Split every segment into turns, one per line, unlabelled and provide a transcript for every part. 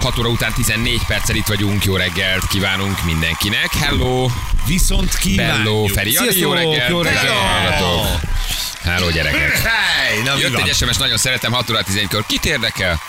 6 óra után 14 perccel itt vagyunk, jó reggelt kívánunk mindenkinek. Hello,
Viszont
Bello,
kívánjuk.
Feri, Jani, jó
Sziasztok,
reggelt,
jó reggelt.
drága hallgatók. Hello gyerekek.
Hey, na mi
Jött
van?
egy SMS, nagyon szeretem, 6 óra 11-kor. Kit érdekel?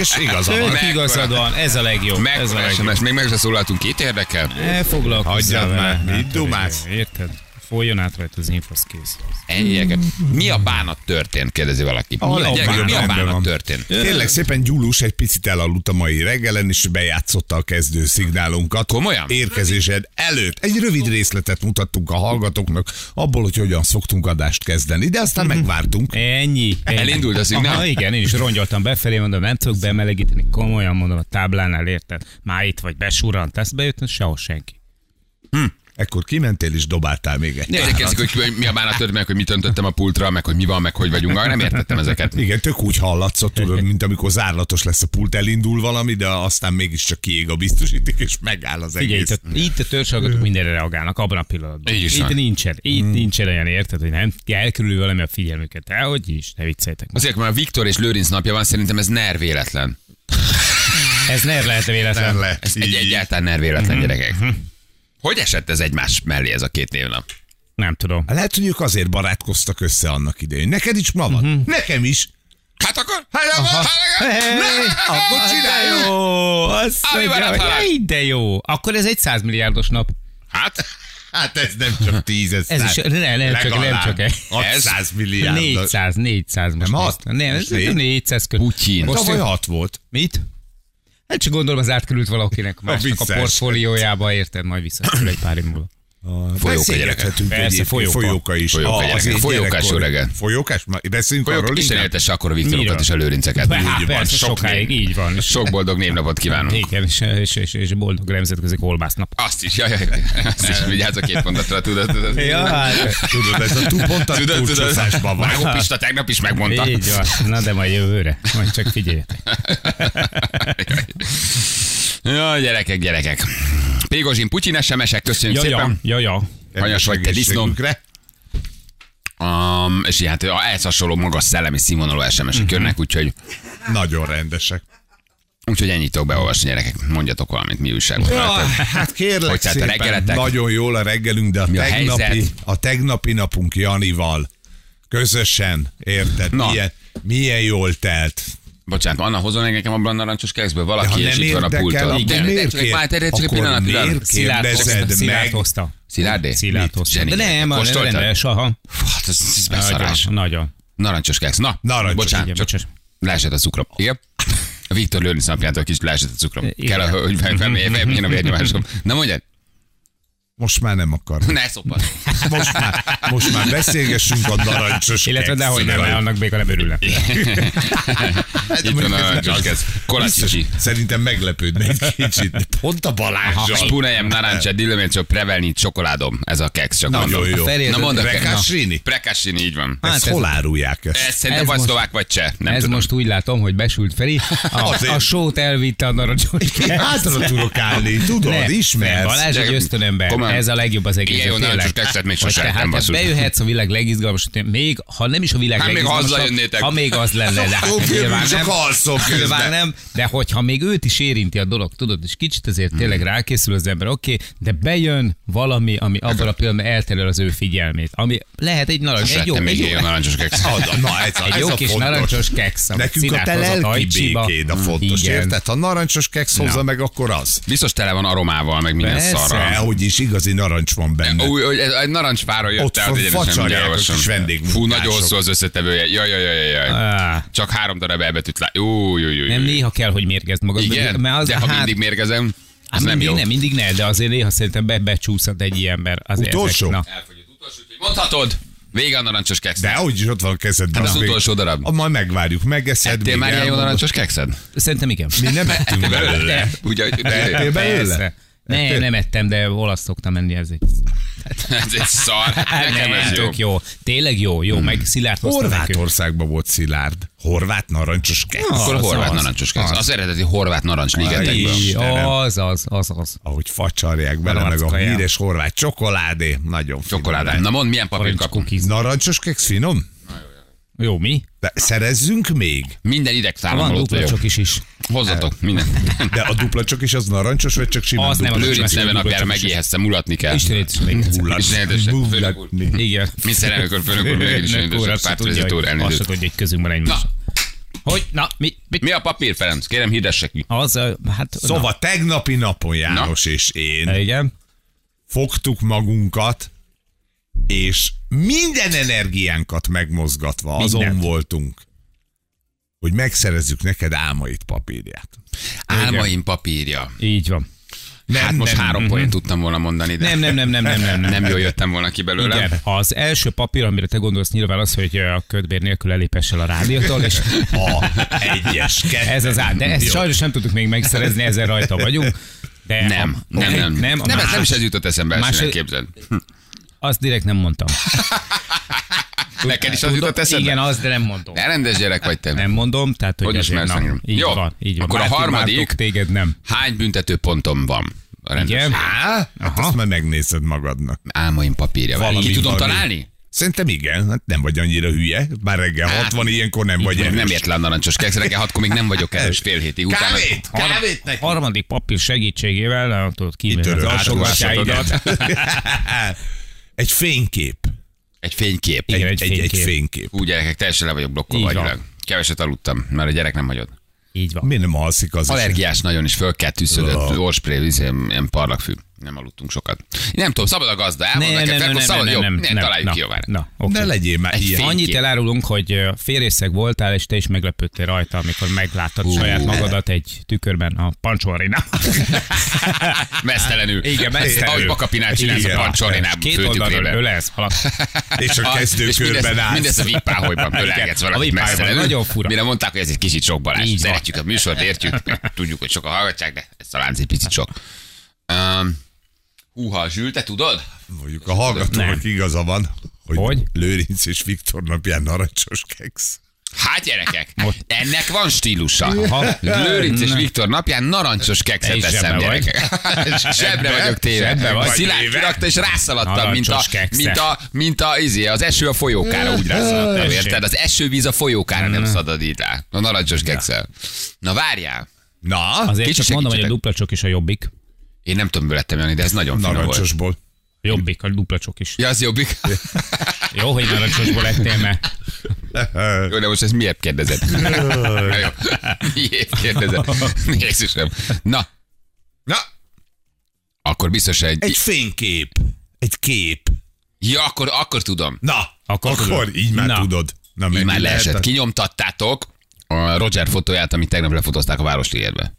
És igaza van.
Mekkora-
Tök igazad van, ez a legjobb. ez a
Mekkora
legjobb.
SMS, még meg sem szólaltunk, kit érdekel?
Ne foglalkozzál
Hagyjad
vele.
már, mit
Hát,
dumálsz?
Érted? Folyjon át rajta az infosz kész.
Ennyieket. Mi a bánat történt, kérdezi valaki. Mi a,
legjobb
gyerekek, mi a
bánat.
bánat történt?
Tényleg szépen gyúlós egy picit elaludt a mai reggelen, és bejátszotta a kezdő szignálunkat.
Komolyan?
Érkezésed előtt. Egy rövid részletet mutattunk a hallgatóknak abból, hogy hogyan szoktunk adást kezdeni, de aztán
Mhm.
megvártunk.
Ennyi. ennyi.
Elindult a szignál?
Aha, igen, én is rongyoltam befelé, mondom, nem tudok bemelegíteni. Komolyan mondom, a táblánál érted. Már itt vagy, besurrant, ezt bejött, és sehol senki.
Ekkor kimentél és dobáltál még egy.
Ezek kezdik, hogy mi a bánat történt, meg hogy mit öntöttem a pultra, meg hogy mi van, meg hogy vagyunk. Ah, Nem értettem ezeket.
Igen, tök úgy hallatszott, tudod, mint amikor zárlatos lesz a pult, elindul valami, de aztán mégiscsak kiég a biztosíték, és megáll az
Figyelj,
egész.
itt, a- itt a törzsalgatók mindenre reagálnak, abban a pillanatban.
Így is
itt
van. Mm.
nincsen, itt nincsen olyan érted, hogy nem elkerül valami a figyelmüket. Dehogy is, ne vicceljetek.
Azért, mert a Viktor és Lőrinc napja van, szerintem ez nervéletlen.
Ez nem lehet véletlen.
Nem lehet
Ez
így.
egy egyáltalán nervéletlen gyerekek. Hogy esett ez egymás mellé ez a két névnap?
Nem tudom.
Lehet, hogy ők azért barátkoztak össze annak idején. Neked is ma van.
Mhm.
Nekem is.
Hát akkor?
Akkor
De
csináljuk.
jó, azt
Ami
mondja,
maradt,
hogy
halál.
jaj, de jó. Akkor ez egy 100 milliárdos nap.
Hát,
Hát ez nem csak 10, ez,
Ez is, ne, nem csak, nem csak. egy-
600 milliárd.
400, 400 most.
Nem
azt-
hat?
Nem, ez
Most négy?
400 körül.
Putyin.
Most
Tavaly
ő-
6 volt.
Mit? Hát csak gondolom az átkerült valakinek másnak a
vicces.
portfóliójába, érted, majd visszakül egy pár év múlva.
Folyóka
Beszélgethetünk
gyerekek.
egyébként.
Persze, folyóka.
Folyóka is.
Folyóka
Ah,
gyerekek.
azért
Folyókás
gyerekkor-
jó reggel.
Folyókás? Már Beszéljünk
folyok,
arról
Isten
inkább?
éltesse akkor a Viktorokat
Miről?
és a Lőrinceket.
Hát
Úgy van,
persze, sokáig, így van. És-
Sok boldog névnapot kívánunk.
Igen, és, és, és, és boldog nemzetközi kolbásznap.
Azt is, jaj, jaj, jaj. Azt is, vigyázz a két mondatra, tudod, tudod.
hát.
Tudod, ez a tuponta
Tudod, tudod.
túlcsúszásban van.
Vágó Pista tegnap is megmondta.
Így van. Na de majd jövőre. Majd csak figyeljetek.
Ja, gyerekek, gyerekek. Pégozsin Putyin SMS-ek, köszönjük
Ja, ja,
szépen.
ja, ja.
Hanyas vagy te disznó.
Egészségükre.
Um, és hát a ehhez hasonló magas szellemi színvonalú SMS-ek jönnek, úgyhogy,
Nagyon rendesek.
úgyhogy ennyit tudok beolvasni, gyerekek. Mondjatok valamit, mi újság volt.
Ja,
veletek.
hát kérlek
Hogy
hogy
tehát a
szépen,
reggeletek?
nagyon jól a reggelünk, de a,
Mi a
tegnapi,
helyzet?
a, tegnapi napunk Janival közösen, érted?
Na.
Milyen, milyen jól telt.
Bocsánat, Anna, hozol nekem abban a narancsos kexből?
Ha
Valaki, és
nem
itt van a
érdekel,
pulton.
akkor
Igen, de
miért
csak egy-
kér-
várj, terjedj, csak egy
akkor
pillanat, pillanat.
miért kérdezed
Szilárd
meg?
hozta.
Szilárdé?
Szilárd
Mit?
hozta.
Zseni
De
gyerek.
nem, a
Kóstoltad?
rendes, aha.
Hát, ez, ez beszarás.
Nagyon, nagyon.
Narancsos keksz. Na,
Narancsos,
bocsánat,
igen,
csak
bocsás.
leesett a cukrom. Igen? A Viktor Lőrinc napjától kicsit leesett a cukrom.
Igen.
Kell, hogy felmérjen a vérnyomásom. Na mondjad,
Most már nem akar.
ne szopad.
Most már, most már beszélgessünk a narancsos
Illetve
kexről.
dehogy nem, mert annak még nem örülne.
Itt van a narancsos keksz.
Biztos,
Kolacsicsi.
Szerintem meglepődne egy kicsit. de Pont a Balázsral.
Spunejem, narancsa, dilloméncsó, prevelni, csokoládom. Ez a keksz, csak
Nagyon
mondom.
jó.
Feri-
Na mondd a keksz.
Rekásrini?
Prekásini, így van.
Ezt hol árulják
Ez
ezt?
szerintem vagy
Hát, Ez most-
szlovák vagy cseh. Nem
Ez
tudom.
most úgy látom, hogy besült Feri. A,
Azért. Hát,
a sót elvitte a narancsos
Hátra tudok állni, tudod,
Nem, nem,
ismersz.
Balázs egy
Gyerekek,
ösztönember.
komolyan.
Ez hát, a legjobb az egész.
Igen, jó, narancsos kekszet még sosem ettem,
Tehát
basszus.
bejöhetsz a világ legizgalmas, még ha nem is a világ
Hát még ha
legizgalmasabb,
azzal jönnétek.
ha még az lenne, de
Jó,
hát
kérlek,
nyilván
csak
nem.
alszom
Nyilván
közben.
nem, de hogyha még őt is érinti a dolog, tudod, és kicsit azért
Hmm.
tényleg rákészül az ember, oké, de bejön valami, ami abban a pillanatban elterül az ő figyelmét, ami lehet egy narancs, egy jó,
Szerettem még
egy jó,
ilyen narancsos keksz.
Az- Na, ez a,
egy
ez
jó
a
kis
fontos.
narancsos keksz. amit
Nekünk a te
szilárdozott
lelki
ajcsiba.
békéd a fontos,
Igen.
érted? Ha narancsos keksz hozza meg, akkor az.
Biztos tele van aromával, meg minden
Persze.
szarral.
Dehogy is igazi narancs van benne.
Úgy, hogy ez egy narancspára jött
Ott
el, de egyébként nem
facsarják
ugye
a
olvasom.
kis vendégmunkások.
Fú, nagyon hosszú az összetevője. Jaj, jaj, jaj, jaj, jaj.
Á.
Csak három darab elbetűt lát. Jó, jó, jó.
Nem, néha kell, hogy mérgezd magad.
Igen,
mert az,
de ha
hát,
mindig mérgezem,
Hát
az nem
mindig
jó.
nem, mindig ne, de azért néha szerintem be, becsúszhat egy ilyen ember. Azért
Utolsó?
Ezek, na.
Elfogyott utolsó, úgyhogy mondhatod. Vége a narancsos keksz.
De úgy is ott van a kezedben.
Hát az
még-
utolsó darab.
A, majd megvárjuk, megeszed.
Tél
még
már ilyen jó
elmondod.
narancsos kekszed?
Szerintem igen.
Mi nem ettünk belőle.
Ugye,
Ettél
ugye,
belőle?
Persze. Nem,
Ettél?
nem ettem, de olasz szoktam menni, ez egy...
Ez egy szar. Hát Nekem
Hát Nem,
ez jó.
tök jó. Tényleg jó, jó, meg szilárd hoztam nekünk.
Horvátországban volt szilárd. Horvát narancsos Szóval- kec.
Akkor
az,
horvát
az,
narancsos kezd. Az eredeti horvát narancs ligetekből.
Is. Istenem.
Az, az, az, az.
Ahogy facsarják bele, meg a
Malackaja.
híres horvát csokoládé. Nagyon finom.
Csokoládám. Na mondd, milyen papírt
Orange
kapunk.
cookies.
Narancsos keks finom?
Jó, mi?
De szerezzünk még?
Minden
Van
idegtálammal ott
dupla
vagyok.
csokis is.
Hozzatok, minden.
De a dupla csak is az narancsos, vagy csak simán
Az nem,
dupla?
az
Lőrinc neven akár megijeszte, mulatni kell.
Istenét is még.
Hullat-
Istenet, Istenet,
hullat-
főnök úr.
Igen.
Miniszter elnök úr, főnök úr, mindenki is
Elnök úr,
önös,
azt se
pártvezető úr,
tudja, hogy- Azt se
elnézést.
tudja, hogy közünk van egymás. Hogy? Na, mi? mit?
Mi a papír, Ferenc? Kérem, hirdessek ki.
Az, ö, hát... na.
Szóval tegnapi napon János és én
Igen.
fogtuk magunkat, és minden energiánkat megmozgatva azon
Mindent.
voltunk, hogy megszerezzük neked álmaid papírját.
Hát
Álmaim papírja.
Így van.
Nem,
Hát most
nem.
három poént tudtam volna mondani, de
Mhm. Nem, nem, nem, nem, nem, nem.
nem jól jöttem volna ki belőle.
Igen. Az első papír, amire te gondolsz, nyilván az, hogy a ködbér nélkül elépessel a rádiótól, és
A egyes, kettes.
hát- ez az át. De ezt
Jó.
sajnos nem tudtuk még megszerezni, ezzel rajta vagyunk. De
Nem,
a-
nem, nem.
nem,
Nem,
a
ez nem is
más-
ez jutott eszembe, elsőnek
másod-
képzeld.
Azt direkt nem mondtam.
Neked is az jutott eszedbe?
Igen, az, de nem mondom.
Ne rendes gyerek vagy te.
Nem mondom, tehát hogy,
Hogy
azért
ismersz
nem.
engem?
Így
Jó.
van, így van.
Akkor a
Bárki
harmadik-
mártok, téged nem.
Hány büntető pontom van? A rendes.
Igen.
Á, hát azt már megnézed magadnak.
Álmaim papírja. van.
Valami,
Ki tudom
valami.
találni?
Szerintem igen, hát nem vagy annyira hülye, bár reggel 60 ilyenkor nem vagy
Vagy
erős.
nem ért le a narancsos keksz, reggel hatkor még nem vagyok erős, fél hétig. Utána...
Kávét, kávét neki.
harmadik papír segítségével nem tudod kivenni az
Kitöröd,
alsógatjáidat.
Egy fénykép.
Egy fénykép.
Igen,
Egy, egy, egy fénykép.
Úgy gyerekek, teljesen le vagyok
Így
blokkolva
van.
agyilag. Keveset aludtam, mert a gyerek nem hagyott.
Így van.
Miért nem alszik az is?
Allergiás nagyon is, föl kell tűzölött, orspré, víz, ilyen ilyen parlagfű. Nem aludtunk sokat. Nem tudom, szabad a gazda, elmond neked, akkor szabad, jó, nem, találjuk
na,
ki jóvára.
Na,
Ne
oké.
legyél már
Egy
ilyen.
fény-
Annyit elárulunk, hogy ö, férészek voltál, és te is meglepődtél rajta, amikor megláttad
Hú.
saját magadat egy tükörben a pancsorina.
Mesztelenül.
Igen, mesztelenül.
Ahogy bakapinál csinálsz a
Igen.
pancsornénában
Két oldalról
főtükrében.
ölelsz valakit.
És a
és mindez,
kezdőkörben állsz.
mindez a vippáholyban ölelgetsz
A
valakit
vippáholyban,
messzelenül.
nagyon fura.
Mire mondták, hogy ez egy kicsit sok Balázs.
Így van.
Szeretjük a műsort, értjük, meg tudjuk, hogy sokan hallgatják, de ez talán egy picit sok. Um, húha, Zsül, te tudod?
Mondjuk a hallgatónak igaza van, hogy,
Hogy?
Lőrinc és Viktor napján narancsos keksz.
Hát gyerekek, ennek van stílusa.
Aha.
Lőrinc és Viktor napján narancsos kekszet
Te is
veszem,
zsebbe vagy.
gyerekek. Zsebre vagyok
Zsebbe
téve.
vagy
Szilárd
téve.
kirakta, és rászaladtam, mint a,
Narancsos kekszet.
mint a, mint a, izé, az eső a folyókára, úgy rászaladtam,
Tessék.
érted? Az esővíz a folyókára nem szadad így rá. A narancsos kekszel. Na várjál,
Na,
Azért
Kicsi
csak mondom, hogy a
segítsetek.
dupla csok is a jobbik.
én nem tudom, mi lettem jönni, de ez nagyon finom volt.
narancsosból.
A jobbik, a dupla csok is.
Ja, az jobbik.
Jó, hogy narancsosból ettél, mert
Jó, de most ezt miért kérdezed? Na jó. miért kérdezed? Jézusom. Na,
Na,
akkor biztos egy...
egy fénykép. Egy kép.
Ja, akkor, akkor tudom.
Na,
Akkor
akkor,
tudod.
akkor így már
Na.
tudod. Na,
Így
mennyi
már
lehet
leesett.
a-
Kinyomtattátok a Roger fotóját, amit tegnap lefotózták a Városligetbe.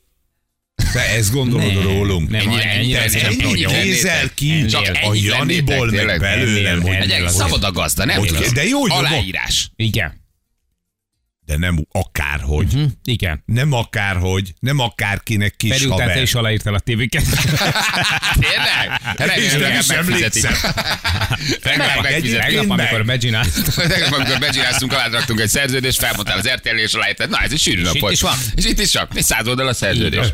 Te ezt gondolod
Nem,
rólunk?
nem,
Ennyire-
ennyire
ennyire-
ez nem
ennyire-
tudja.
Ennyit nézel ki,
Ennél.
csak a
ennyit lennétek,
Janiból meg
tényleg.
belőlem,
Ennél,
hogy
ennél.
Egy
az-
szabad a gazda, nem?
Hogy-
igaz?
de jó, hogy
Aláírás.
Igen.
de nem akárhogy.
Mhm.
Hm? Igen.
Nem akárhogy, nem akárkinek kis
Pedig utána te
haver.
is aláírtál a tévéket.
Tényleg?
És
Remélem,
nem is
legalább megfizeti.
emlékszem.
Tegnap
Egyébként
megfizeti.
Tegnap,
meg.
amikor megcsináltad.
Tegnap, amikor becsináltunk, aláraktunk egy szerződést, felmondtál az RTL és aláírtad. Na, ez egy sűrű nap
itt
volt.
is van.
És itt is van. És száz oldal a szerződés.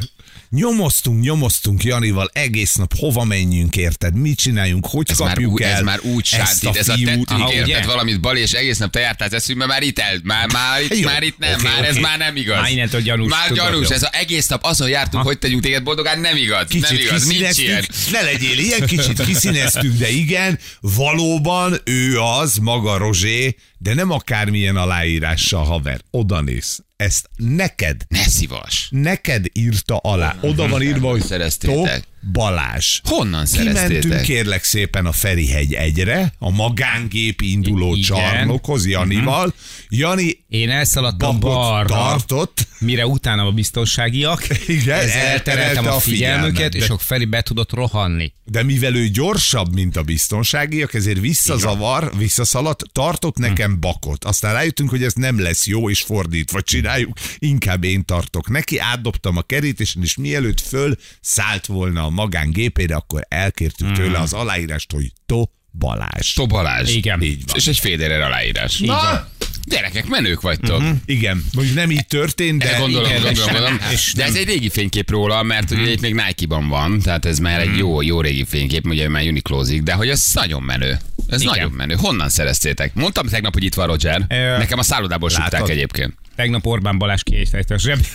Nyomoztunk, nyomoztunk Janival egész nap, hova menjünk, érted? Mit csináljunk, hogy
Ez már,
kapjuk
úgy,
el?
ez már úgy sántít, ez a
fiút?
tettünk
Aha,
érted
ugye?
valamit bal, és egész nap te jártál az eszünkbe, már itt el, már, már, itt,
Jó,
már itt nem,
oké,
már ez
oké.
már nem igaz.
Már innentől gyanús,
Már
tudod,
gyanús,
jó.
ez a egész nap azon jártunk, hogy tegyünk téged boldogán, nem igaz, nem
Kicsit
igaz, nincs ilyen.
kiszíneztük, ne legyél ilyen, kicsit kiszíneztük, de igen, valóban ő az, maga Rozsé, de nem akármilyen aláírással, haver. Oda néz. Ezt neked
Ne szívas.
neked írta alá. Oda van írva, hogy
Szereztétek.
Top Balázs.
Honnan
Kimentünk
szereztétek?
kérlek szépen a Ferihegy egyre, a magángép induló
Igen.
csarnokhoz Janival.
Mhm.
Jani
Én elszaladtam
babot
balra,
tartott.
mire utána a biztonságiak.
Igen,
Ez eltereltem a figyelmüket, és
de,
akkor Feri be tudott rohanni.
de mivel ő gyorsabb, mint a biztonságiak, ezért visszazavar, visszaszaladt, tartott
Hm.
nekem bakot. Aztán rájöttünk, hogy ez nem lesz jó, és fordítva csináljuk, inkább én tartok neki, átdobtam a kerítést, és mielőtt föl szállt volna a magángépére, akkor elkértük tőle az aláírást, hogy To Balázs.
Hm. To Balázs.
Igen.
Így van.
És egy Federer aláírás.
Na,
Gyerekek, menők vagytok. Uh-huh.
igen, mondjuk nem így történt, de
De gondolom,
igen,
igen,
és-
gondolom, gondolom.
és Hmm.
De ez egy régi fénykép róla, mert ugye itt még Nike-ban van, tehát ez már egy jó, jó régi fénykép, ugye ő már uniklózik, de hogy ez nagyon menő. Ez
Igen.
nagyon menő. Honnan szereztétek? Mondtam tegnap, hogy itt van Roger.
Ö,
Nekem a szállodából súgták
látod?
egyébként.
Tegnap Orbán Balázs kiejtette a zseb.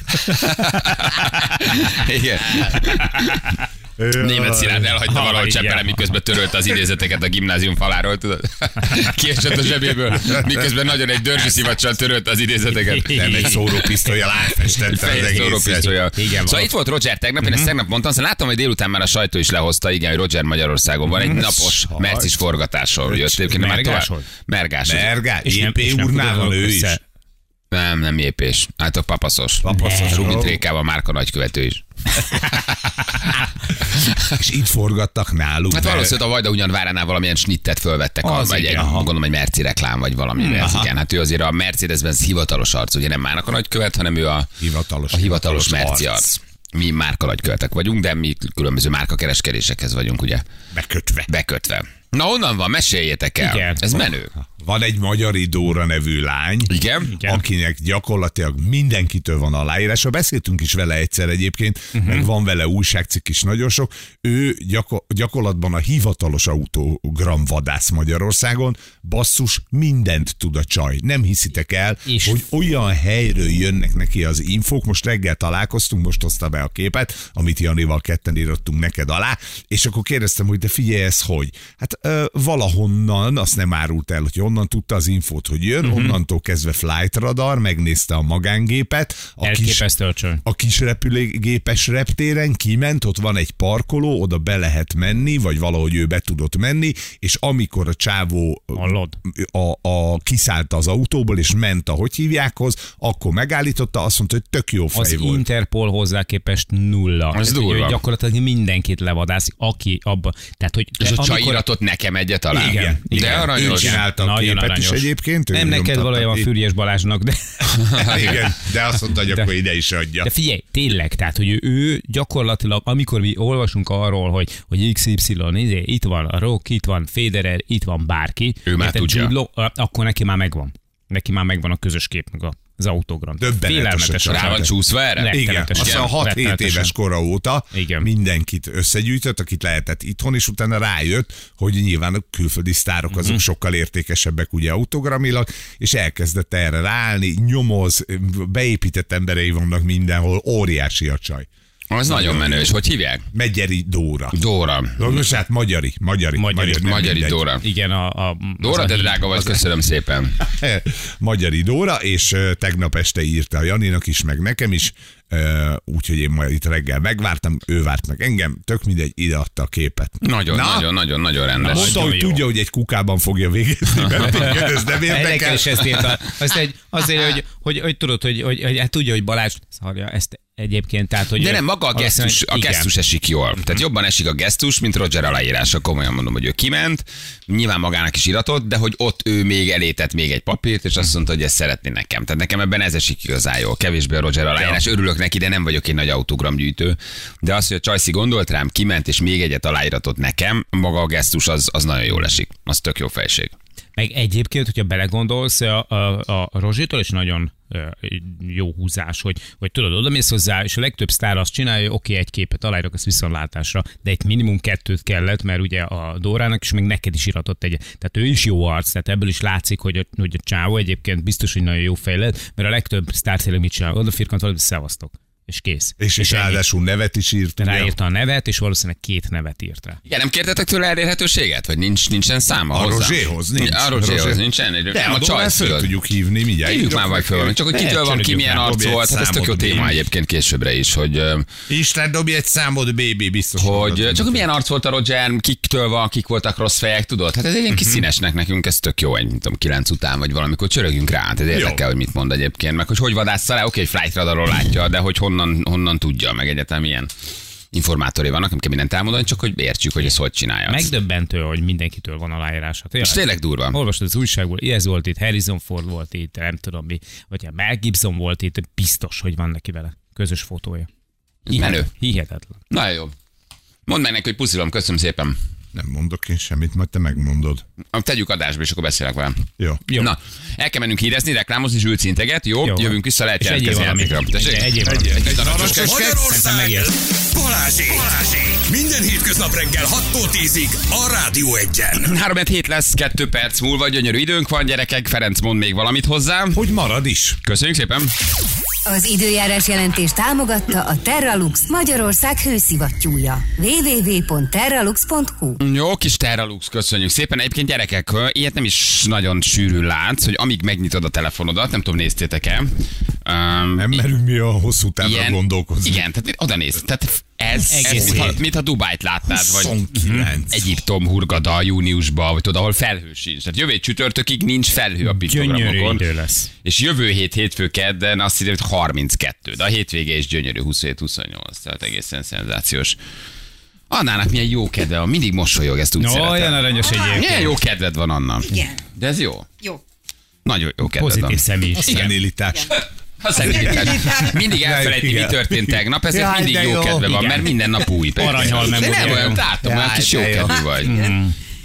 Igen. Német Szilárd elhagyta
Ha,
valahol
igen.
Cseppelen, miközben törölte az idézeteket a gimnázium faláról, tudod? Kiesett a zsebéből, miközben nagyon egy dörzsi szivacsal törölte az idézeteket.
nem egy szórópisztolyjal átfestette az
Fejlesztő
egészet.
Európisztolya.
Igen,
Szóval
való.
itt volt Roger tegnap, én ezt tegnap mondtam, aztán láttam, hogy délután már a sajtó is lehozta, igen, hogy Roger Magyarországon van, egy napos
Sajt.
mercis forgatásról jött. Egyébként már
Mergás
tovább.
volt?
Mergás.
Mergá,
És nem- és
JP
nem
úrnál
tudod,
van ő is.
össze-
Nem, nem jépés. Hát a papaszos.
Papaszos.
Rubin Trékában Márka nagykövető is.
És itt forgattak náluk.
Hát
mert-
valószínűleg a Vajda ugyan váránál valamilyen snittet fölvettek,
Az
a, egy,
igen,
egy,
aha.
gondolom egy Merci reklám, vagy valami. ez, igen, hát ő azért a Mercedesben ez hivatalos arc, ugye nem Márka nagykövet, hanem ő a
Hivatalos,
a hivatalos
hivatalos
Merci
arc.
arc. Mi márka nagykövetek vagyunk, de mi különböző márka kereskedésekhez vagyunk, ugye,
bekötve.
bekötve. Na, onnan van, meséljétek el.
Igen.
Ez menő.
Van egy magyar idóra nevű lány,
Igen?
Igen.
akinek gyakorlatilag mindenkitől van aláírása. Beszéltünk is vele egyszer egyébként,
Mhm.
uh-huh. meg van vele újságcikk is nagyon sok. Ő gyakor- gyakorlatban a hivatalos autogram vadász Magyarországon. Basszus, mindent tud a csaj. Nem hiszitek el,
És-
hogy olyan helyről jönnek neki az infók. Most reggel találkoztunk, most hozta be a képet, amit Janival ketten írottunk neked alá, és akkor kérdeztem, hogy de figyelj ez hogy? Hát ö, valahonnan, azt nem árult el, hogy onnan tudta az infót, hogy jön, uh-huh. onnantól kezdve Flight Radar, megnézte a magángépet, a kis,
Elképesztő a cső.
a kis repülőgépes reptéren kiment, ott van egy parkoló, oda be lehet menni, vagy valahogy ő be tudott menni, és amikor a csávó
Hallod?
a, a, kiszállt az autóból, és ment a hogy hívjákhoz, akkor megállította, azt mondta, hogy tök jó fej
Az
volt.
Interpol hozzá képest nulla. Tehát, hogy
durva.
Gyakorlatilag mindenkit levadászik, aki abba. Tehát, hogy
És
te
a csaj iratott nekem egyet alá.
Igen,
De
igen.
Ő
aranyos.
csinálta a
Nagyon
képet
aranyos.
is egyébként. ő
Nem neked
nyomtatta.
valójában a Fürjes Balázsnak, de...
Igen, de azt mondta, hogy
De-
akkor ide is adja.
De figyelj, tényleg, tehát, hogy ő, ő gyakorlatilag, amikor mi olvasunk arról, hogy, hogy XY, izé, itt van a Rock, itt van Federer, itt van bárki,
Ő már
érted,
tudja.
Jude Law, a- akkor neki már megvan. Neki már megvan a közös kép, meg a- az autogram.
Döbbenetes a
Félelmetes.
csaj.
Rá van csúszva erre?
Ne.
Igen,
Rettenetesen.
azt a 6-7
Rettenetesen.
éves kora óta
Igen.
mindenkit összegyűjtött, akit lehetett itthon, és utána rájött, hogy nyilván a külföldi sztárok azok
Mhm.
sokkal értékesebbek ugye autogramilag, és elkezdett erre ráállni, nyomoz, beépített emberei vannak mindenhol, óriási a csaj.
Az nagyon menő. És hogy hívják?
Megyeri Dóra.
Dóra.
Most hát magyari, magyari.
Magyari.
nem
Magyari
mindegy.
Dóra.
Igen, a, a
Dóra,
az a
de
híd.
drága vagy, köszönöm szépen.
Magyari Dóra, és ö, tegnap este írta a Janinak is, meg nekem is, ö, úgyhogy én majd itt reggel megvártam, ő várt meg engem, tök mindegy, ide adta a képet.
Nagyon,
Na?
nagyon, nagyon, nagyon rendes.
Mondta,
nagyon
hogy
jó.
tudja, hogy egy kukában fogja végezni, mert téged ez nem
Nekem
érdekel.
is ezt írta. Azt egy, azért, hogy, hogy, hogy tudod, hogy, hogy, hogy hát tudja, hogy Balázs szarja ezt egyébként. Tehát, hogy
De nem, maga a
azt
gesztus,
mondja,
a
igen.
gesztus esik jól.
Mhm.
Tehát jobban esik a gesztus, mint Roger aláírása. Komolyan mondom, hogy ő kiment, nyilván magának is iratott, de hogy ott ő még elétett még egy papírt, és azt mondta, hogy ezt szeretné nekem. Tehát nekem ebben ez esik igazán jól. Kevésbé a Roger aláírás. Örülök neki, de nem vagyok egy nagy autogramgyűjtő. De az, hogy a Csajci gondolt rám, kiment, és még egyet aláíratott nekem, maga a gesztus az, az nagyon jól esik. Az tök jó fejség.
Meg egyébként, hogyha belegondolsz, a, a, a Rozsétól is nagyon ö, jó húzás, hogy, hogy tudod, oda mész hozzá, és a legtöbb sztár azt csinálja, hogy oké, egy képet aláírok, ezt viszontlátásra, de itt minimum kettőt kellett, mert ugye a Dórának is, meg neked is iratott egy. Tehát ő is jó arc, tehát ebből is látszik, hogy a, hogy a csávó egyébként biztos, hogy nagyon jó fejlett, mert a legtöbb sztár tényleg mit csinál, oda firkant valamit, szevasztok, és kész.
És, és
ennyi.
ráadásul nevet is írt. ugye?
Ráírta a nevet, és valószínűleg két nevet írt rá.
Igen, nem kértetek tőle elérhetőséget? Vagy nincs, nincsen száma
A
hozzá?
Rozséhoz nincs.
A Rozséhoz
Rozsé-
nincsen. Egy-
De
Nem, a
föl
Csajcihoz.
tudjuk hívni, mindjárt.
Hívjuk már
Írok
vagy
neki.
föl, valamit, csak hogy
Ne,
kitől van, ki
csörögjük
milyen
már,
arc
Robi, egy
volt, hát ez tök jó
számot
téma
dobj.
egyébként későbbre is, hogy, ö,
Isten dobj egy számot, baby, biztos.
hogy
mondod.
ö, csak hogy milyen arc volt a Roger, kiktől van, kik voltak rossz fejek, tudod? Hát ez egy ilyen kis színesnek nekünk, ez tök jó, egy, nem tudom, kilenc után vagy valamikor csörögjünk rá, hát ez érdekel, hogy mit mond egyébként, meg hogy hogy vadászta le, oké, hogy flight radarról látja, de hogy honnan, honnan tudja, meg egyetem ilyen informátori vannak, nem kell mindent elmondani, csak hogy értsük, hogy ezt hogy csinálja.
Megdöbbentő, hogy mindenkitől van aláírása. Tényleg.
És tényleg durva.
Olvasod az újságból, ez volt itt, Harrison Ford volt itt, nem tudom mi, vagy ha Mel Gibson volt itt, biztos, hogy van neki vele közös fotója.
Menő.
Hihetetlen.
Nagyon jó. Mondd meg neki, hogy puszilom, köszönöm szépen.
Nem mondok én semmit, majd te megmondod.
Ah, Tegyük adásba, és akkor beszélek velem.
Jó.
Jó. Na, el kell mennünk hírezni, reklámozni, zsűlt szinteget, jó? jó?
Jó.
Jövünk vissza, lehet
És egyéb
jelentkezni
valami.
játékra. Tessék?
Egy- egyéb valami.
Egy darabos
darabos
köcsket.
Szerintem
Magyarország
megér.
Balázsi. Balázsi. Minden hétköznap reggel 6-tól 10-ig a Rádió 1-en.
3 hét lesz, 2 perc múlva, gyönyörű időnk van, gyerekek. Ferenc, mond még valamit hozzá.
Hogy marad is.
Köszönjük szépen.
Az időjárás jelentés támogatta a Terralux Magyarország hőszivattyúja. www.terralux.hu
Jó, kis Terralux, köszönjük szépen. Egyébként gyerekek, ilyet nem is nagyon sűrűn látsz, hogy amíg megnyitod a telefonodat, nem tudom, néztétek-e. Um,
Nem merünk mi a hosszú távra
ilyen,
gondolkozni.
igen, tehát oda néz. Tehát ez, ez
Egész
mintha,
hét.
mintha Dubájt látnád, hát vagy Mhm.
29.
Egyiptom hurgada júniusban, vagy tudod, ahol felhő sincs. Tehát jövő egy csütörtökig nincs felhő a
Gyönyörű
piktogramokon.
idő lesz.
És jövő hét hétfő kedden azt hiszem, hogy 32, de a hétvége is gyönyörű, 27-28, tehát egészen szenzációs. Annának milyen jó kedve van, mindig mosolyog, ezt úgy no,
No, olyan
szeretem. Hát,
aranyos egyébként.
Milyen jó kedved van, Anna.
Igen.
De ez jó.
Jó.
Nagyon jó kedved
Pozitív
van.
személy is.
Igen.
Szenélitás.
A személyes. Mindig elfelejti, mi
Igen.
történt tegnap, ezért
Jaj,
mindig
de
jó
jó.
kedve van,
Igen.
mert minden nap új.
Aranyhal
De
memória.
nem olyan, látom,
Jaj,
hogy kis
de
jó
jó.
kedvű vagy.
Mm.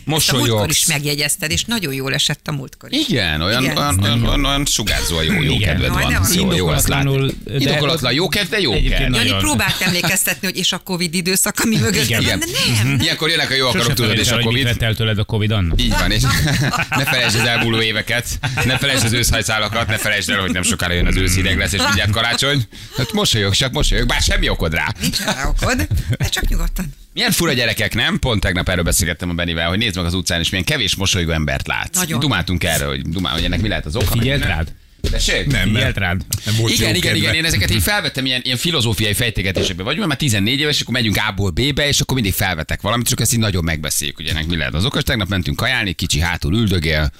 Ezt
Szóval
a múltkor
Mosolyogsz.
is megjegyezted, és nagyon jól esett a múltkor is.
Igen, olyan,
Igen.
olyan, olyan, olyan, olyan sugárzó a jó, jó
Igen.
kedved
Jaj, de
van. Jó,
az
jó, azt
indokolatlanul,
látni.
de-
Indokolatlan jó kedv, de jó
Egyébként
kedv.
Jani
nagyon.
próbált emlékeztetni, hogy és a Covid időszak, ami mögött
Igen.
van,
Igen. Mhm.
de nem.
Ilyenkor jönnek a jó akarok,
Sose
tudod, és
felejtsd el,
a
hogy mit
Covid.
vett el tőled a Covid, Anna.
Így van, és ne felejtsd az elmúló éveket, ne felejtsd az őszhajszálakat, ne felejtsd el, hogy nem sokára jön az őszhideg lesz, és mindjárt karácsony. Hát mosolyog, csak mosolyog, bár semmi okod rá.
Nincs rá okod, de csak nyugodtan.
Milyen fura gyerekek, nem? Pont tegnap erről beszélgettem a Benivel, hogy nézd meg az utcán, és milyen kevés mosolygó embert látsz.
Nagyon.
Dumáltunk erről, hogy dumál, hogy ennek mi lehet az oka.
Figyelt
meg-
rád?
Tessék?
Nem, mert
Figyelt rád?
nem volt
igen,
jó
igen,
kedve.
igen, én ezeket így felvettem, ilyen, ilyen filozófiai fejtégetésekbe vagyunk, mert már 14 éves, és akkor megyünk A-ból B-be, és akkor mindig felvetek valamit, csak ezt így nagyon megbeszéljük, hogy ennek mi lehet az okos. Tegnap mentünk kajálni, kicsi hátul üldögél,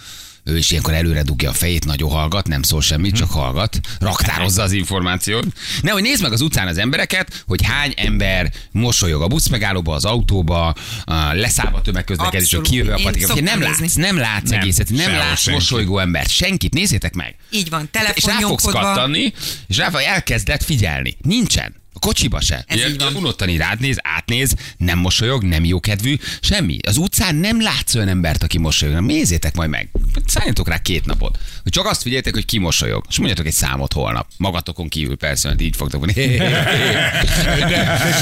ő is ilyenkor előre dugja a fejét, nagyon hallgat, nem szól semmit, csak hallgat, raktározza az információt. Nehogy nézd meg az utcán az embereket, hogy hány ember mosolyog a busz megállóba, az autóba, a leszállva tömegközlekedésről,
Abszolút.
kijövő a
Én
patika.
szoktam
Nem
nézni.
látsz, nem látsz nem, egészet, nem
sehol
látsz
senki.
mosolygó embert, senkit, nézzétek meg.
Így van,
És rá fogsz
telefonnyomkodva.
kattanni, és rá vagy elkezdett figyelni. Nincsen. A kocsiba se.
Ez
Ugye,
így van.
csak Unottan így rád néz, átnéz, nem mosolyog, nem jó kedvű, semmi. Az utcán nem látsz olyan embert, aki mosolyog. Na, Nézzétek majd meg. Szálljatok rá két napot. Hogy csak azt figyeljetek, hogy ki mosolyog. És mondjatok egy számot holnap. Magatokon kívül persze, mert így fogtok mondani.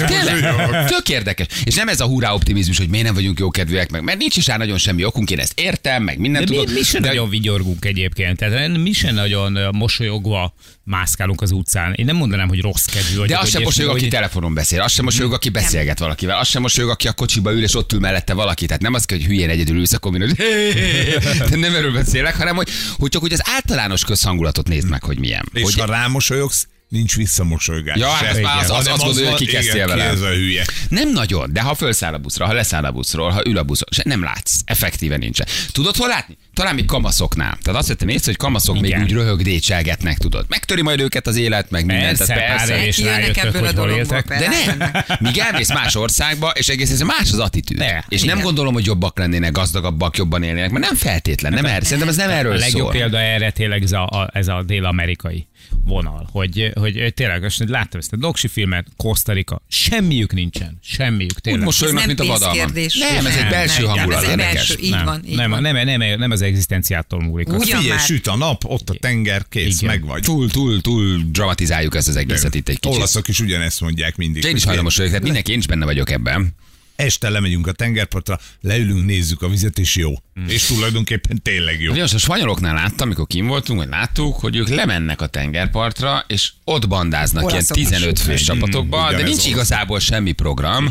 Tényleg, tök érdekes. És nem ez a hurrá optimizmus, hogy miért nem vagyunk jókedvűek meg. Mert nincs is rá nagyon semmi okunk, én ezt értem, meg mindent
De mi,
tudod.
mi sem
de-
nagyon vigyorgunk egyébként, tehát mi sem nagyon ö, mosolyogva mászkálunk az utcán. Én nem mondanám, hogy rossz kedvű vagyok.
De
hogy
azt sem
ilyesmi,
mosolyog, aki
hogy-
telefonon beszél, azt sem mosolyog, aki beszélget valakivel, azt sem mosolyog, aki a kocsiba ül és ott ül mellette valaki. Tehát nem az, kell, hogy hülyén egyedül ülsz, akkor mindig, hogy hé, hé, hé. de nem erről beszélek, hanem hogy, hogy csak hogy az általános közhangulatot nézd meg, hogy milyen.
És
Hogy
ha rámosolyogsz, nincs visszamosolygás.
Ja, hát
Se.
az már az- az-
Hanem
azt gondolja,
van-
hogy kikezdtél
igen,
vele.
Ki ez a hülye.
nem nagyon, de ha felszáll a buszra, ha leszáll a buszról, ha ül a buszról, se nem látsz, effektíven nincsen. Tudod hol látni? Talán még kamaszoknál. Tehát azt vettem észre, hogy kamaszok
Igen.
még úgy röhögdécselgetnek, tudod. Megtöri majd őket az élet, meg mindent.
Persze,
tehát
pár év és
Kijönnek
rájöttök,
ebből a
hogy hol
dologból,
éltek.
persze.
De nem.
Rájönnek.
Míg elmész más országba, és egész ez más az attitűd.
Ne.
és nem
Igen.
gondolom, hogy jobbak lennének, gazdagabbak, jobban élnének, mert nem feltétlen. Nem erre, szerintem ez nem erről
A legjobb
szól.
példa erre tényleg ez a, a, ez a dél-amerikai vonal, hogy, hogy tényleg azt láttam ezt a doksi filmet, Kosztarika, semmiük nincsen, semmiük
Úgy
tényleg.
Ez
mosolyognak,
nem
mint a vadalma.
pénzkérdés.
Nem, ez egy belső
nem,
hangulat.
Ez egy
érdekes.
belső, így
nem,
van, így
nem,
van.
nem, nem, nem, az egzisztenciától múlik.
Ugyan
Azt-
Figyelj,
már.
süt a nap, ott a tenger, kész,
Igen.
meg vagy.
Túl, túl, túl dramatizáljuk ezt az egészet itt egy kicsit.
Olaszok is ugyanezt mondják mindig.
És Én is
hogy
hajlamos vagyok, tehát mindenki én is benne vagyok ebben.
Este lemegyünk a tengerpartra, leülünk, nézzük a vizet, és jó.
Mm.
És tulajdonképpen tényleg jó.
Ugye most a spanyoloknál láttam, amikor kim voltunk, vagy láttuk, hogy ők lemennek a tengerpartra, és ott bandáznak ilyen
Olaszok is
15 fős
Mm,
csapatokba, de
ugyanez
nincs
van.
igazából semmi program.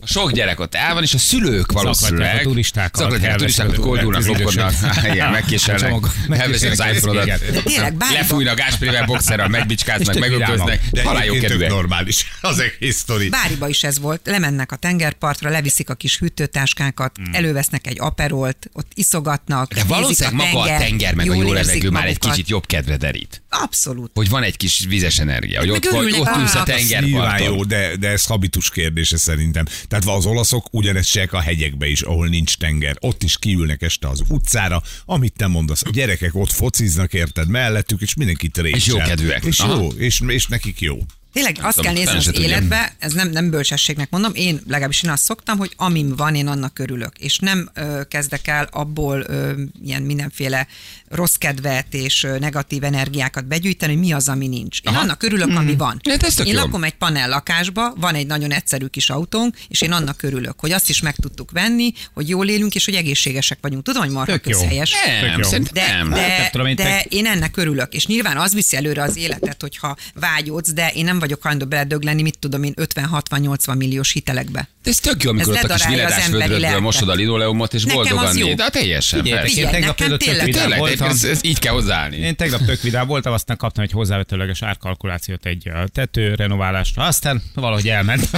A sok gyerek ott el van, és a szülők valószínűleg
a turistákat,
zaklatják a turistákat,
elveszik
koldulnak,
a
lopkodnak, igen,
A
megkéselnek,
csomag-
elveszik az
megkéselnek,
iPhone-odat,
igen.
Tényleg, bárba.
lefújnak Gásprével, boxerrel, megbicskáznak,
És tök
megöltöznek,
vidámak.
De
halál jó
egyébként tök
kedvűek.
normális az egész sztori.
Báriba is ez volt. Lemennek a tengerpartra, leviszik a kis hűtőtáskákat, elővesznek egy aperolt, ott iszogatnak.
Hmm. De valószínűleg
nézik
maga a tenger, meg a jó
érzik
levegő már egy
magukat.
kicsit jobb kedve derít.
Abszolút.
Hogy van egy kis vizes energia, hogy
Meg
ott, vagy,
örülnek
ott
annak.
ülsz a
Nyilván
tengerparton.
jó, de, de ez habitus kérdése szerintem. Tehát az olaszok ugyanezt csinálják a hegyekbe is, ahol nincs tenger. Ott is kiülnek este az utcára, amit te mondasz. A gyerekek ott fociznak, érted, mellettük, és mindenkit résel.
És jókedvűek.
És
Aha.
jó, és, és nekik jó.
Tényleg azt
tudom,
kell nézni
fel se
az
tudjam.
életbe, ez nem, nem bölcsességnek mondom, én legalábbis én azt szoktam, hogy amim van, én annak örülök, és nem ö, kezdek el abból ö, ilyen mindenféle rossz kedvet és ö, negatív energiákat begyűjteni, hogy mi az, ami nincs. Én
Aha.
Aha. annak örülök, ami van.
Hát ez tök
én
jó.
lakom egy panel lakásba, van egy nagyon egyszerű kis autónk, és én annak örülök, hogy azt is meg tudtuk venni, hogy jól élünk, és hogy egészségesek vagyunk. Tudom, hogy marha
Tök jó.
közhelyes.
Nem,
Tök jó.
szerintem
De,
nem.
Hát
de,
nem tudom, én
de
tek-
én ennek örülök, és nyilván az viszi előre az életet, hogyha vágyódsz, de én nem vagyok hajlandó beledögleni, mit tudom én, 50-60-80 milliós hitelekbe.
De ez tök jó, amikor
Ez
ott a kis
ledarálja az
viladás
emberi
földről
lelket.
mosod a linoleumot, és
Nekem az
boldogan
jó.
néz. De teljesen,
Figyeljetek,
persze.
én
Figyelj,
tegnap
nekem
például tök
tényleg-
vidám
Tényleg,
voltam.
ez, ez, így kell hozzáállni.
Én tegnap tök vidám voltam, aztán kaptam egy hozzávetőleges árkalkulációt egy ö, tető renoválásra, aztán valahogy elment.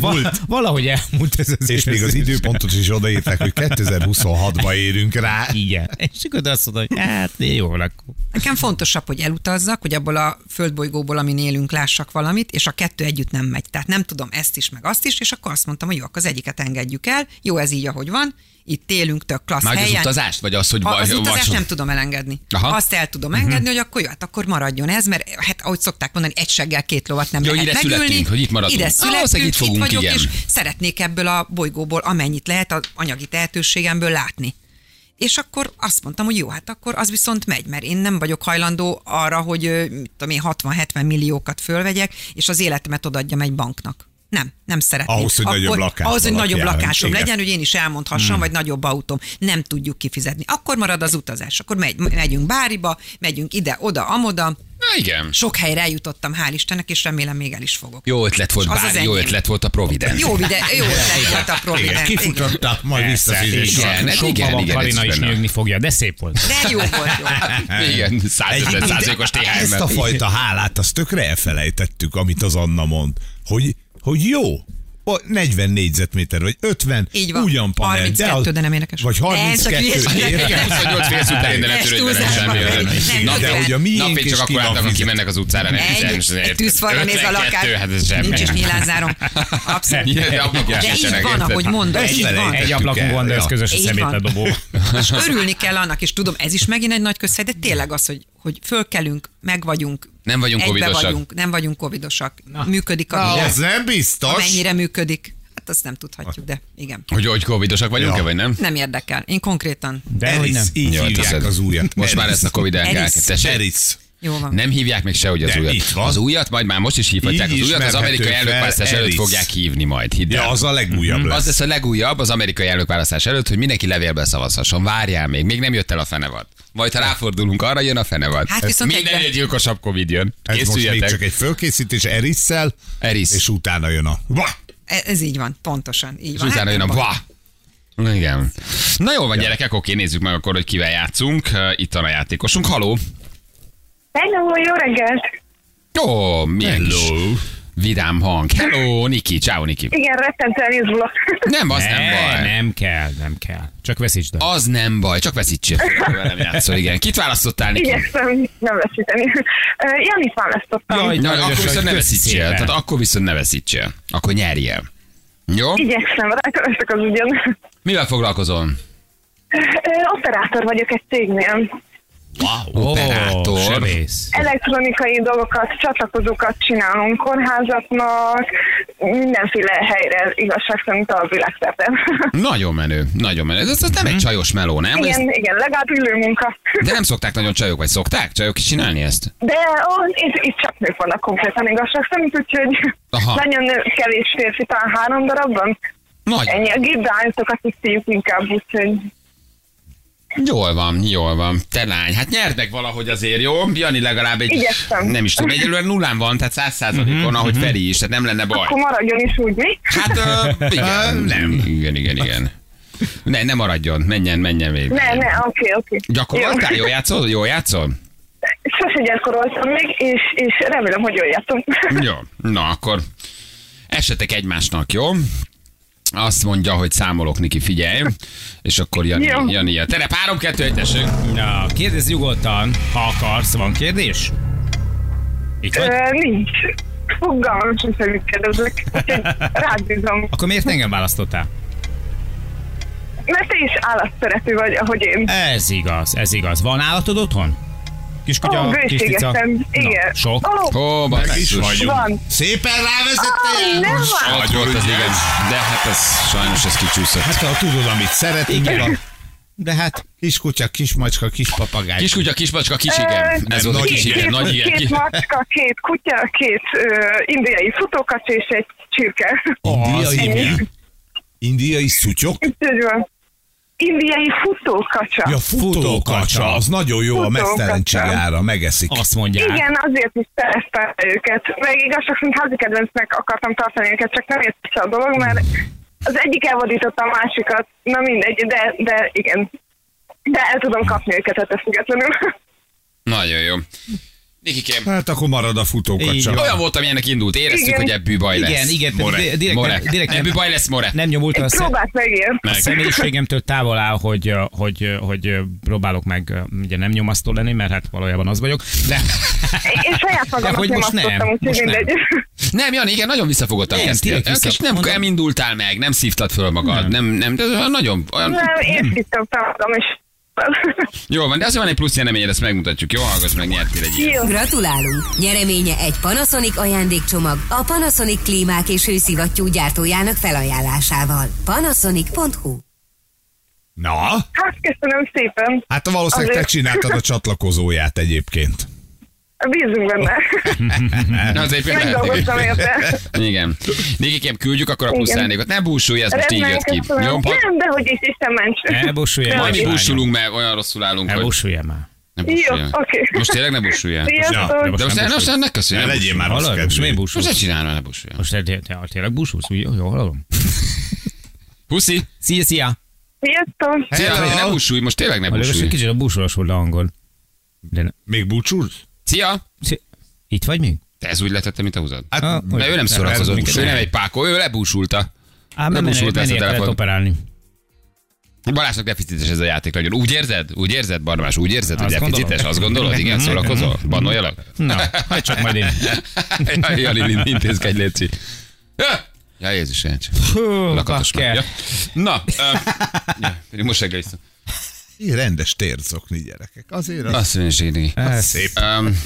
Val- valahogy elmúlt ez az
És még az
érzés.
időpontot is odaírták, hogy 2026-ba érünk rá.
Igen. És akkor azt mondod, hogy hát jó, akkor.
Nekem fontosabb, hogy elutazzak, hogy abból a földbolygóból, amin élünk, lássak valamit, és a kettő együtt nem megy. Tehát nem tudom ezt is, meg azt is, és akkor azt mondtam, hogy jó, akkor az egyiket engedjük el, jó, ez így, ahogy van, itt élünk, tök klassz
Már az
helyen.
utazást, vagy az, hogy
A-
baj-
az utazást
vacson-
nem tudom elengedni.
Aha. Mhm.
Aha. Azt el tudom engedni, hogy akkor jó, hát akkor maradjon ez, mert hát ahogy szokták mondani, egy seggel két lovat nem
Jó, hogy ide
lehet megülni.
születtünk, hogy itt maradunk.
Ide
Ah,
születtünk,
valószínűleg itt
itt,
fogunk,
vagyok,
igen.
és szeretnék ebből a bolygóból amennyit lehet az anyagi tehetőségemből látni. És akkor azt mondtam, hogy jó, hát akkor az viszont megy, mert én nem vagyok hajlandó arra, hogy ö, mit tudom én, 60-70 milliókat fölvegyek, és az életemet odaadjam egy banknak. Nem, nem szeretném.
Ahhoz, hogy nagyobb lakást
Ahhoz, hogy nagyobb
alakjál,
lakásom
igen. Hmm.
legyen, hogy én is elmondhassam, vagy nagyobb autóm, nem tudjuk kifizetni. Akkor marad az utazás, akkor megy, megyünk báriba, megyünk ide, oda, amoda.
Na, igen.
Sok helyre eljutottam, hál' Istennek, és remélem még el is fogok.
Jó ötlet volt,
És az
bár,
az
jó
enyém.
ötlet volt a Provident.
Jó, ide, jó ötlet volt a
Igen,
provident. igen.
kifutottak, majd
igen,
visszafizetik.
igen,
Sok
igen,
baba
igen,
Karina
ez
is
benne.
nyögni fogja, de szép volt.
De jó volt, jó.
Hát, Igen, 150 százalékos
Ezt a
THM-et.
fajta hálát, azt tökre elfelejtettük, amit az Anna mond, hogy, hogy jó, Ó, 40 négyzetméter, vagy 50,
Így van.
ugyan panel,
32, de nem érdekes.
Vagy
Ne,
32,
csak hülyeskedj.
érdekes.
28 fél után én de ne
Ez
törődj vele
túlzás
semmi.
van.
olyan.
Nem,
Nap-
Na, de
ötven.
hogy a miénk
Napfény
is
csak akkor álltak,
kifizet.
akik mennek az utcára, nem
Egy,
hiszem.
egy tűzfalra néz a
52,
lakás.
hát ez semmi.
Nincs is nyilánzárom. Abszolút.
Igen, de ablakok
De így
sincsenek,
van,
érted?
ahogy mondod,
Ezt
így van.
Egy
Tettük
ablakon
el,
gondolsz
ja.
közös a
Így
szemétledobó.
És örülni kell annak, és tudom, ez is megint egy nagy közhely, de tényleg az, hogy, hogy fölkelünk, meg vagyunk,
Nem vagyunk
egybe
covidosak.
vagyunk, nem vagyunk covidosak. Működik a
Na,
világ.
az nem biztos.
Amennyire működik. Hát azt nem tudhatjuk, de igen.
Hogy, hogy covidosak vagyunk-e,
Ja.
vagy nem?
Nem érdekel. Én konkrétan.
De hogy
Erisz,
nem.
így
Jól
hívják
teszed.
az újat.
Most már
Erisz.
ezt a covid el kell
Erisz.
tessék.
Erisz.
Jó van.
Nem hívják még se, hogy az
De
újat.
itt van.
Az újat majd már most is hívhatják.
Így
Az újat az
ismerhető
amerikai
fel,
elnökválasztás előtt
Alice.
fogják hívni majd. Hidd el.
Ja, az a legújabb
Mhm. Az
lesz.
lesz a legújabb az amerikai elnökválasztás előtt, hogy mindenki levélben szavazhasson. Várjál még, még nem jött el a fenevad. Majd ha ráfordulunk, arra jön a fenevad.
Hát viszont
Minden
egyre-
egy gyilkosabb Covid jön.
Ez most még csak
Készüljetek.
egy fölkészítés Erisszel,
Erisz.
és utána jön a... Vah!
E- Ez így van, pontosan. Így
És
van.
utána
Hát
jön a
nem baj.
va. Igen. Na jó van, gyerekek, oké, nézzük meg akkor, hogy kivel játszunk. Itt van a játékosunk. Haló.
Hello, jó reggelt!
Ó, milyen Hello. vidám hang. Hello, Niki. Ciao, Niki.
Igen, rettentően izgulok.
Nem, az nem,
Ne,
baj.
nem kell, nem kell. Csak veszítsd el.
Az nem baj, csak veszítsél. fel, ha velem játszol, igen. Kit választottál, Niki?
Igyekszem nem veszíteni. Ö, Janit választottam.
Jaj.
Na,
Nagyon
akkor
sok,
viszont ne
köszi
veszítsél.
szépen.
Tehát akkor viszont ne veszítsél. Akkor nyerjél. Jó?
Igyekszem, rajta az ugyan.
Mivel foglalkozol?
Ö, Operátor vagyok egy cégnél.
Wow,
Ó,
operátor.
sebész.
Elektronikai dolgokat, csatlakozókat csinálunk kórházaknak, mindenféle helyre igazságszerint a világszerte.
Nagyon menő, nagyon menő. Ez, ez nem
Mhm.
egy csajos meló, nem? Ez,
Igen, igen, legalább ülő munka.
de nem szokták nagyon csajok, vagy szokták csajok is csinálni ezt?
De ó, itt, itt csak nők vannak konkrétan igazság szerint, úgyhogy
Aha.
nagyon kevés férfi, talán három darab van.
Nagy.
Ennyi, a gépbeállítókat tiszteljük inkább, úgyhogy
Jól van, jól van. Te lány, hát nyerd meg valahogy azért, jó? Jani legalább egy...
Igyekszem.
Nem is tudom, egyelőre nullán van, tehát száz
Mhm,
százalékon, ahogy Feri is, tehát nem lenne baj.
akkor maradjon is úgy, mi?
Hát ö, igen,
Ö, nem.
Igen, igen, igen. Ne, ne maradjon, menjen, menjen még.
Ne, ne, oké, oké.
Gyakoroltál?
Jó.
Jó játszol? Jó játszol?
Sose gyakoroltam még, és, és remélem, hogy jól jártam.
Jó. Na akkor esetek egymásnak, jó? Azt mondja, hogy számolok, Niki, figyelj. És akkor Jani,
Jó.
Jani a terep. 3 2 1 tessék.
Na, kérdezz nyugodtan, ha akarsz. Van kérdés? Itt vagy?
Ö, nincs. Fogalmam sem hogy mit kérdezlek. Úgyhogy rád bízom.
Akkor miért engem választottál?
Mert te is állatszerető vagy, ahogy én.
Ez igaz, ez igaz. Van állatod otthon? Kiskutya,
Ó,
kistica.
bőségesen. Igen.
sok.
Ó,
Ó,
Meg is
basszus.
vagyunk.
Van.
Szépen
Aj,
rávezettél!
nem
Most
van.
Ott volt az igen. De hát ez sajnos ez kicsúszott.
Hát ha tudod, amit szeretnél, a- de hát kiskutya, kismacska, kispapagáj.
Kiskutya, kismacska, kicsigen. Ez volt a
nagy
kicsigen,
két,
nagy igen.
két
Ki-
macska, két kutya, két ö, indiai futókacs és egy csirke.
Indiai
Ennyi.
mi? Indiai szutyok?
Így van. Indiai futókacsa.
Ja, futókacsa, az nagyon jó a
Futókacsa.
mesztelenségára, megeszik.
Azt mondják.
Igen, azért is szereztem őket. Meg igazság szerint házi kedvencnek akartam tartani őket, csak nem jött össze a dolog, mert az egyik elvadította a másikat. Na mindegy, de, de igen. De el tudom kapni őket, ettől függetlenül.
Nagyon jó. Nikikém,
Hát akkor marad a
Így
futókacsa.
olyan volt, amilyennek indult. Éreztük,
Igen.
hogy ebből baj lesz.
Igen, igen,
More.
di- direkt-
More.
direkt-
Ebből baj lesz, More.
Nem nyomult
Egy
össze.
próbát megér.
A
Meg.
személyiségemtől távol áll, hogy, ö, hogy, ö, hogy ö, próbálok meg ö, ugye nem nyomasztó lenni, mert hát valójában az vagyok, de...
Én saját
de
magamat
hogy
nem
most nem,
azt tudtam, úgyhogy
most nem.
mindegy.
Nem, Jani, igen, nagyon visszafogottan
Nem,
kezdtél.
direkt
Ök,
vissza-
És nem,
mondom.
nem indultál meg, nem szívtad föl magad. Nem, nem, de olyan nagyon... Olyan,
Nem, én hittem magam, és...
jó van, de azért van egy plusz nyereményed, ezt megmutatjuk. Jó, hallgass meg, nyertél egy ilyet.
Jó.
Gratulálunk! Nyereménye egy Panasonic ajándékcsomag a Panasonic klímák és hőszivattyú gyártójának felajánlásával. Panasonic.hu
Na,
Hát köszönöm szépen.
hát valószínűleg te
Azért.
csináltad a csatlakozóját egyébként.
Bízunk benne.
Na, az egyébként lehetnék.
Megdolgoztam érte.
Igen. Nikikém, küldjük akkor a plusz
Igen.
szándékot. Ne búsulj, ez most így
Rendben,
jött ki.
köszönöm.
Jó, pa-
szóval- Nem, de hogy is, Isten ments. Szóval-
Elbúsulj el.
Nem.
Majd mi
Jaj.
búsulunk, mert olyan rosszul állunk, hogy...
Elbúsulj már.
Ne búsulj
Jó,
el.
oké.
Most tényleg ne búsulj el.
Sziasztok.
De most,
nem
ne, most ne, ne köszönj.
Ne
ne
legyél
búsulj.
már rossz
Hallod? Most
kedvű.
miért
Most ne
búsulsz?
csinálj, már ne búsulj el.
Most te, te, te tényleg búsulsz? Úgy, jó, hallom.
Puszi.
Szia, szia!
Sziasztok.
Tényleg, ne búsulj, most tényleg ne
Hallod, most egy
búsulj.
kicsit a búsulos volt a hangon. De ne,
Még búcsúz?
Szia!
szia. Itt vagy még?
Te ez úgy letette, mint a húzad.
Hát,
Ah, Hát,
De ő nem szórakozott, ő nem egy pákó, ő lebúsulta.
Ám nem
búsult ezt
menjél,
a
menjél kellett
telefon.
operálni.
Balázsnak deficites ez a játék nagyon. Úgy érzed? Úgy érzed, Barmás? Úgy érzed, hogy
Azt gondolom.
deficites? Azt gondolod? Igen, szórakozol? Bannoljalak?
Na, hagyd csak majd én.
Jaj, Jani, intézkedj, Léci. Ja, Jézus, jelents.
Hú,
Lakatos már.
bakker.
Ja. Na, öm, ja, pedig most reggel iszom.
Így rendes térzokni gyerekek. Azért az...
Azt mondja, Zsini.
Ez
Szép.
Öm,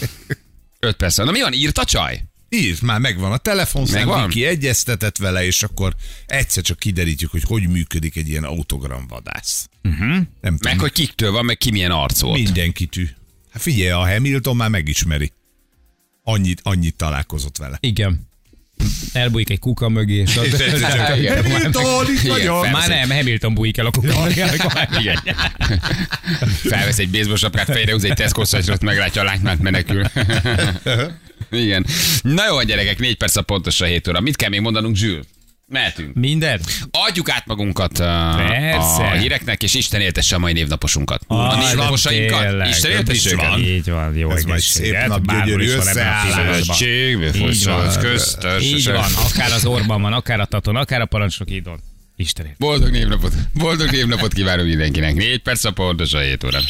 Öt perc. van. Na mi van, írt a csaj?
Írd, már megvan a telefonszám,
Megvan?
Viki egyeztetett vele, és akkor egyszer csak kiderítjük, hogy hogy működik egy ilyen autogramvadász. Uh-huh. Nem
Mhm.
tudom,
Meg, hogy kiktől van, meg ki milyen arc volt.
mindenki tű. Hát figyelj, a Hamilton már megismeri. Annyit, annyit találkozott vele.
Igen. Elbújik egy kuka mögé, és az...
Hát, Igen.
Hamilton, itt
Igen,
vagyok!
fel-
Már nem, Hamilton bújik el a kuka mögé.
Igen. Felvesz egy baseball sapkát, fejre húz egy Tesco szagyrot, meglátja a lányt, már menekül. Igen. Na jó, gyerekek, négy perc a pontosan 7 óra. Mit kell még mondanunk, Zsül? Mehetünk.
Minden?
Adjuk át magunkat uh,
Persze.
a híreknek, és Isten éltesse a mai névnaposunkat. a
Aj,
névnaposainkat.
tényleg,
Isten
ez
éltesse
így
őket.
van. Így van, jó
Ez majd
egészséget,
szép nap,
bárhol
gyönyörű
is van ebben a
összeállás.
pillanatban. Így van.
köztes.
Így van, akár az orban van, akár a taton, akár a parancsnok idon. Istenem.
Boldog névnapot, boldog névnapot kívánok mindenkinek. Négy perc a pontosan 7 óra.